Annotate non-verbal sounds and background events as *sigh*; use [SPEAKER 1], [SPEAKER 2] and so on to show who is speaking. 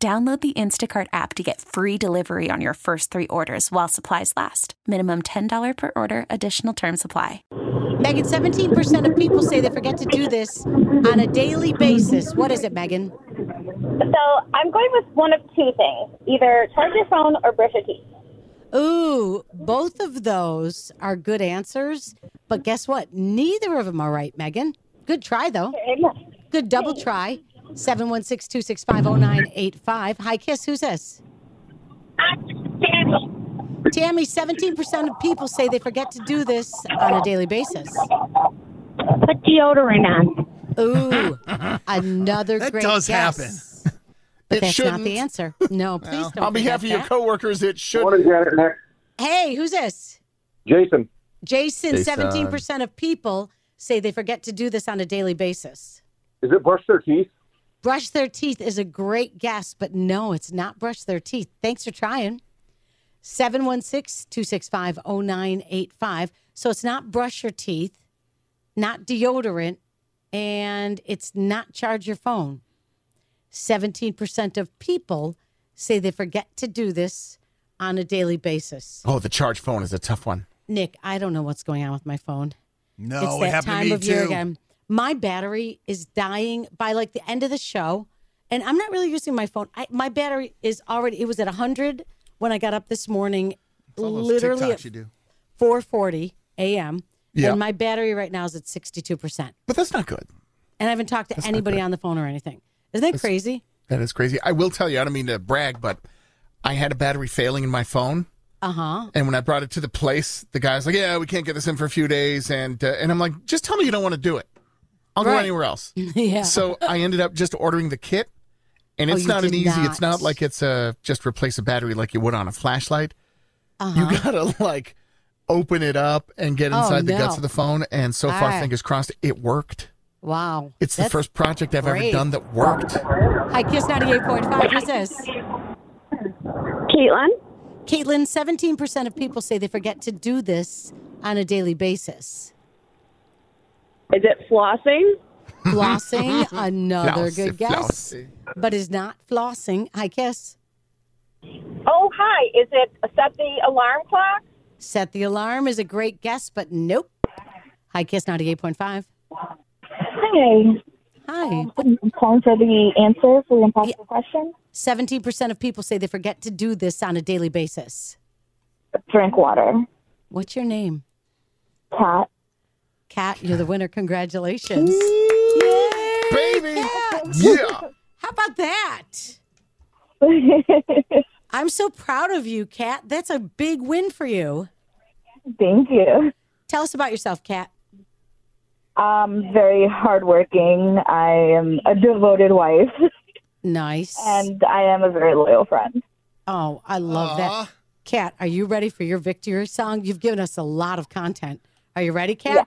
[SPEAKER 1] Download the Instacart app to get free delivery on your first three orders while supplies last. Minimum $10 per order, additional term supply.
[SPEAKER 2] Megan, 17% of people say they forget to do this on a daily basis. What is it, Megan?
[SPEAKER 3] So I'm going with one of two things either charge your phone or brush your teeth.
[SPEAKER 2] Ooh, both of those are good answers. But guess what? Neither of them are right, Megan. Good try, though. Good double try. 716 265 0985. Hi, Kiss. Who's this? Tammy, 17% of people say they forget to do this on a daily basis.
[SPEAKER 3] Put deodorant on.
[SPEAKER 4] *laughs*
[SPEAKER 2] Ooh, another
[SPEAKER 4] That
[SPEAKER 2] great
[SPEAKER 4] does
[SPEAKER 2] guess.
[SPEAKER 4] happen.
[SPEAKER 2] But
[SPEAKER 5] It
[SPEAKER 2] that's
[SPEAKER 5] shouldn't.
[SPEAKER 2] not the answer.
[SPEAKER 5] *laughs*
[SPEAKER 2] No, please don't.
[SPEAKER 5] On behalf of
[SPEAKER 2] forget
[SPEAKER 5] your
[SPEAKER 2] that.
[SPEAKER 5] coworkers, it should.
[SPEAKER 6] Morning, Janet. Nick.
[SPEAKER 2] Hey, who's this?
[SPEAKER 6] Jason.
[SPEAKER 2] Jason,
[SPEAKER 4] Jason.
[SPEAKER 2] 17% of people say they forget to do this on a daily basis.
[SPEAKER 6] Is it brush their teeth?
[SPEAKER 2] Brush their teeth is a great guess, but no, it's not brush their teeth. Thanks for trying. 716 265 0985. So it's not brush your teeth, not deodorant, and it's not charge your phone. 17% of people say they forget to do this on a daily basis.
[SPEAKER 5] Oh, the charge phone is a tough one.
[SPEAKER 2] Nick, I don't know what's going on with my phone.
[SPEAKER 4] No,
[SPEAKER 2] it's
[SPEAKER 4] it
[SPEAKER 2] that
[SPEAKER 4] happened
[SPEAKER 2] time
[SPEAKER 4] to me
[SPEAKER 2] of
[SPEAKER 4] too.
[SPEAKER 2] year again. My battery is dying by like the end of the show, and I'm not really using my phone. I, my battery is already. It was at 100 when I got up this morning,
[SPEAKER 4] All those
[SPEAKER 2] literally
[SPEAKER 4] TikToks
[SPEAKER 2] at
[SPEAKER 4] you do.
[SPEAKER 2] 4:40 a.m.
[SPEAKER 5] Yeah.
[SPEAKER 2] And my battery right now is at 62 percent,
[SPEAKER 5] But that's not good.
[SPEAKER 2] and I haven't talked to anybody on the phone or anything. Isn't that crazy?
[SPEAKER 5] That is crazy. I will tell you, I don't mean to brag, but I had a battery failing in my phone.
[SPEAKER 2] Uh huh.
[SPEAKER 5] And when I brought it to the place, the guy's like, "Yeah, we can't get this in for a few days." And uh, and I'm like, "Just tell me you don't want to do it. I'll go
[SPEAKER 2] Right.
[SPEAKER 5] anywhere else."
[SPEAKER 2] *laughs* yeah.
[SPEAKER 5] So I ended up just ordering the kit, and
[SPEAKER 2] Oh,
[SPEAKER 5] it's
[SPEAKER 2] you
[SPEAKER 5] not an
[SPEAKER 2] did
[SPEAKER 5] easy. It's
[SPEAKER 2] not.
[SPEAKER 5] not like it's a just replace a battery like you would on a flashlight.
[SPEAKER 2] Uh-huh.
[SPEAKER 5] You gotta like open it up and get
[SPEAKER 2] Oh,
[SPEAKER 5] inside the
[SPEAKER 2] no.
[SPEAKER 5] guts of the phone. And so
[SPEAKER 2] All
[SPEAKER 5] far,
[SPEAKER 2] right.
[SPEAKER 5] fingers crossed, it worked.
[SPEAKER 2] wow.
[SPEAKER 5] It's the
[SPEAKER 2] That's-
[SPEAKER 5] first project I've
[SPEAKER 2] great.
[SPEAKER 5] ever done that worked.
[SPEAKER 2] Hi, Kiss 98.5. Who's this?
[SPEAKER 3] Caitlin?
[SPEAKER 2] Caitlin, 17% of people say they forget to do this on a daily basis.
[SPEAKER 3] Is it flossing?
[SPEAKER 2] Flossing, another
[SPEAKER 5] Flousy,
[SPEAKER 2] good guess,
[SPEAKER 5] flousy.
[SPEAKER 2] but is not flossing. I guess
[SPEAKER 3] Oh, hi. Is it set the alarm clock?
[SPEAKER 2] set the alarm is a great guess, but nope. Hi, Kiss 98.5.
[SPEAKER 3] Hi.
[SPEAKER 2] Hi.
[SPEAKER 3] I'm calling for the answer for the impossible question.
[SPEAKER 2] 17% of people say they forget to do this on a daily basis.
[SPEAKER 3] Drink water.
[SPEAKER 2] What's your name?
[SPEAKER 3] Cat.
[SPEAKER 2] Kat, you're the winner. Congratulations.
[SPEAKER 5] Baby, yeah.
[SPEAKER 2] How about
[SPEAKER 3] *laughs*
[SPEAKER 2] that? I'm so proud of you, Kat. That's a big win for you.
[SPEAKER 3] Thank you.
[SPEAKER 2] Tell us about yourself, Kat.
[SPEAKER 3] Um, very hardworking. I am a devoted wife, *laughs*
[SPEAKER 2] Nice.
[SPEAKER 3] and I am a very loyal friend.
[SPEAKER 2] oh, I love that. Kat, are you ready for your victory song? You've given us a lot of content. Are you ready, Kat?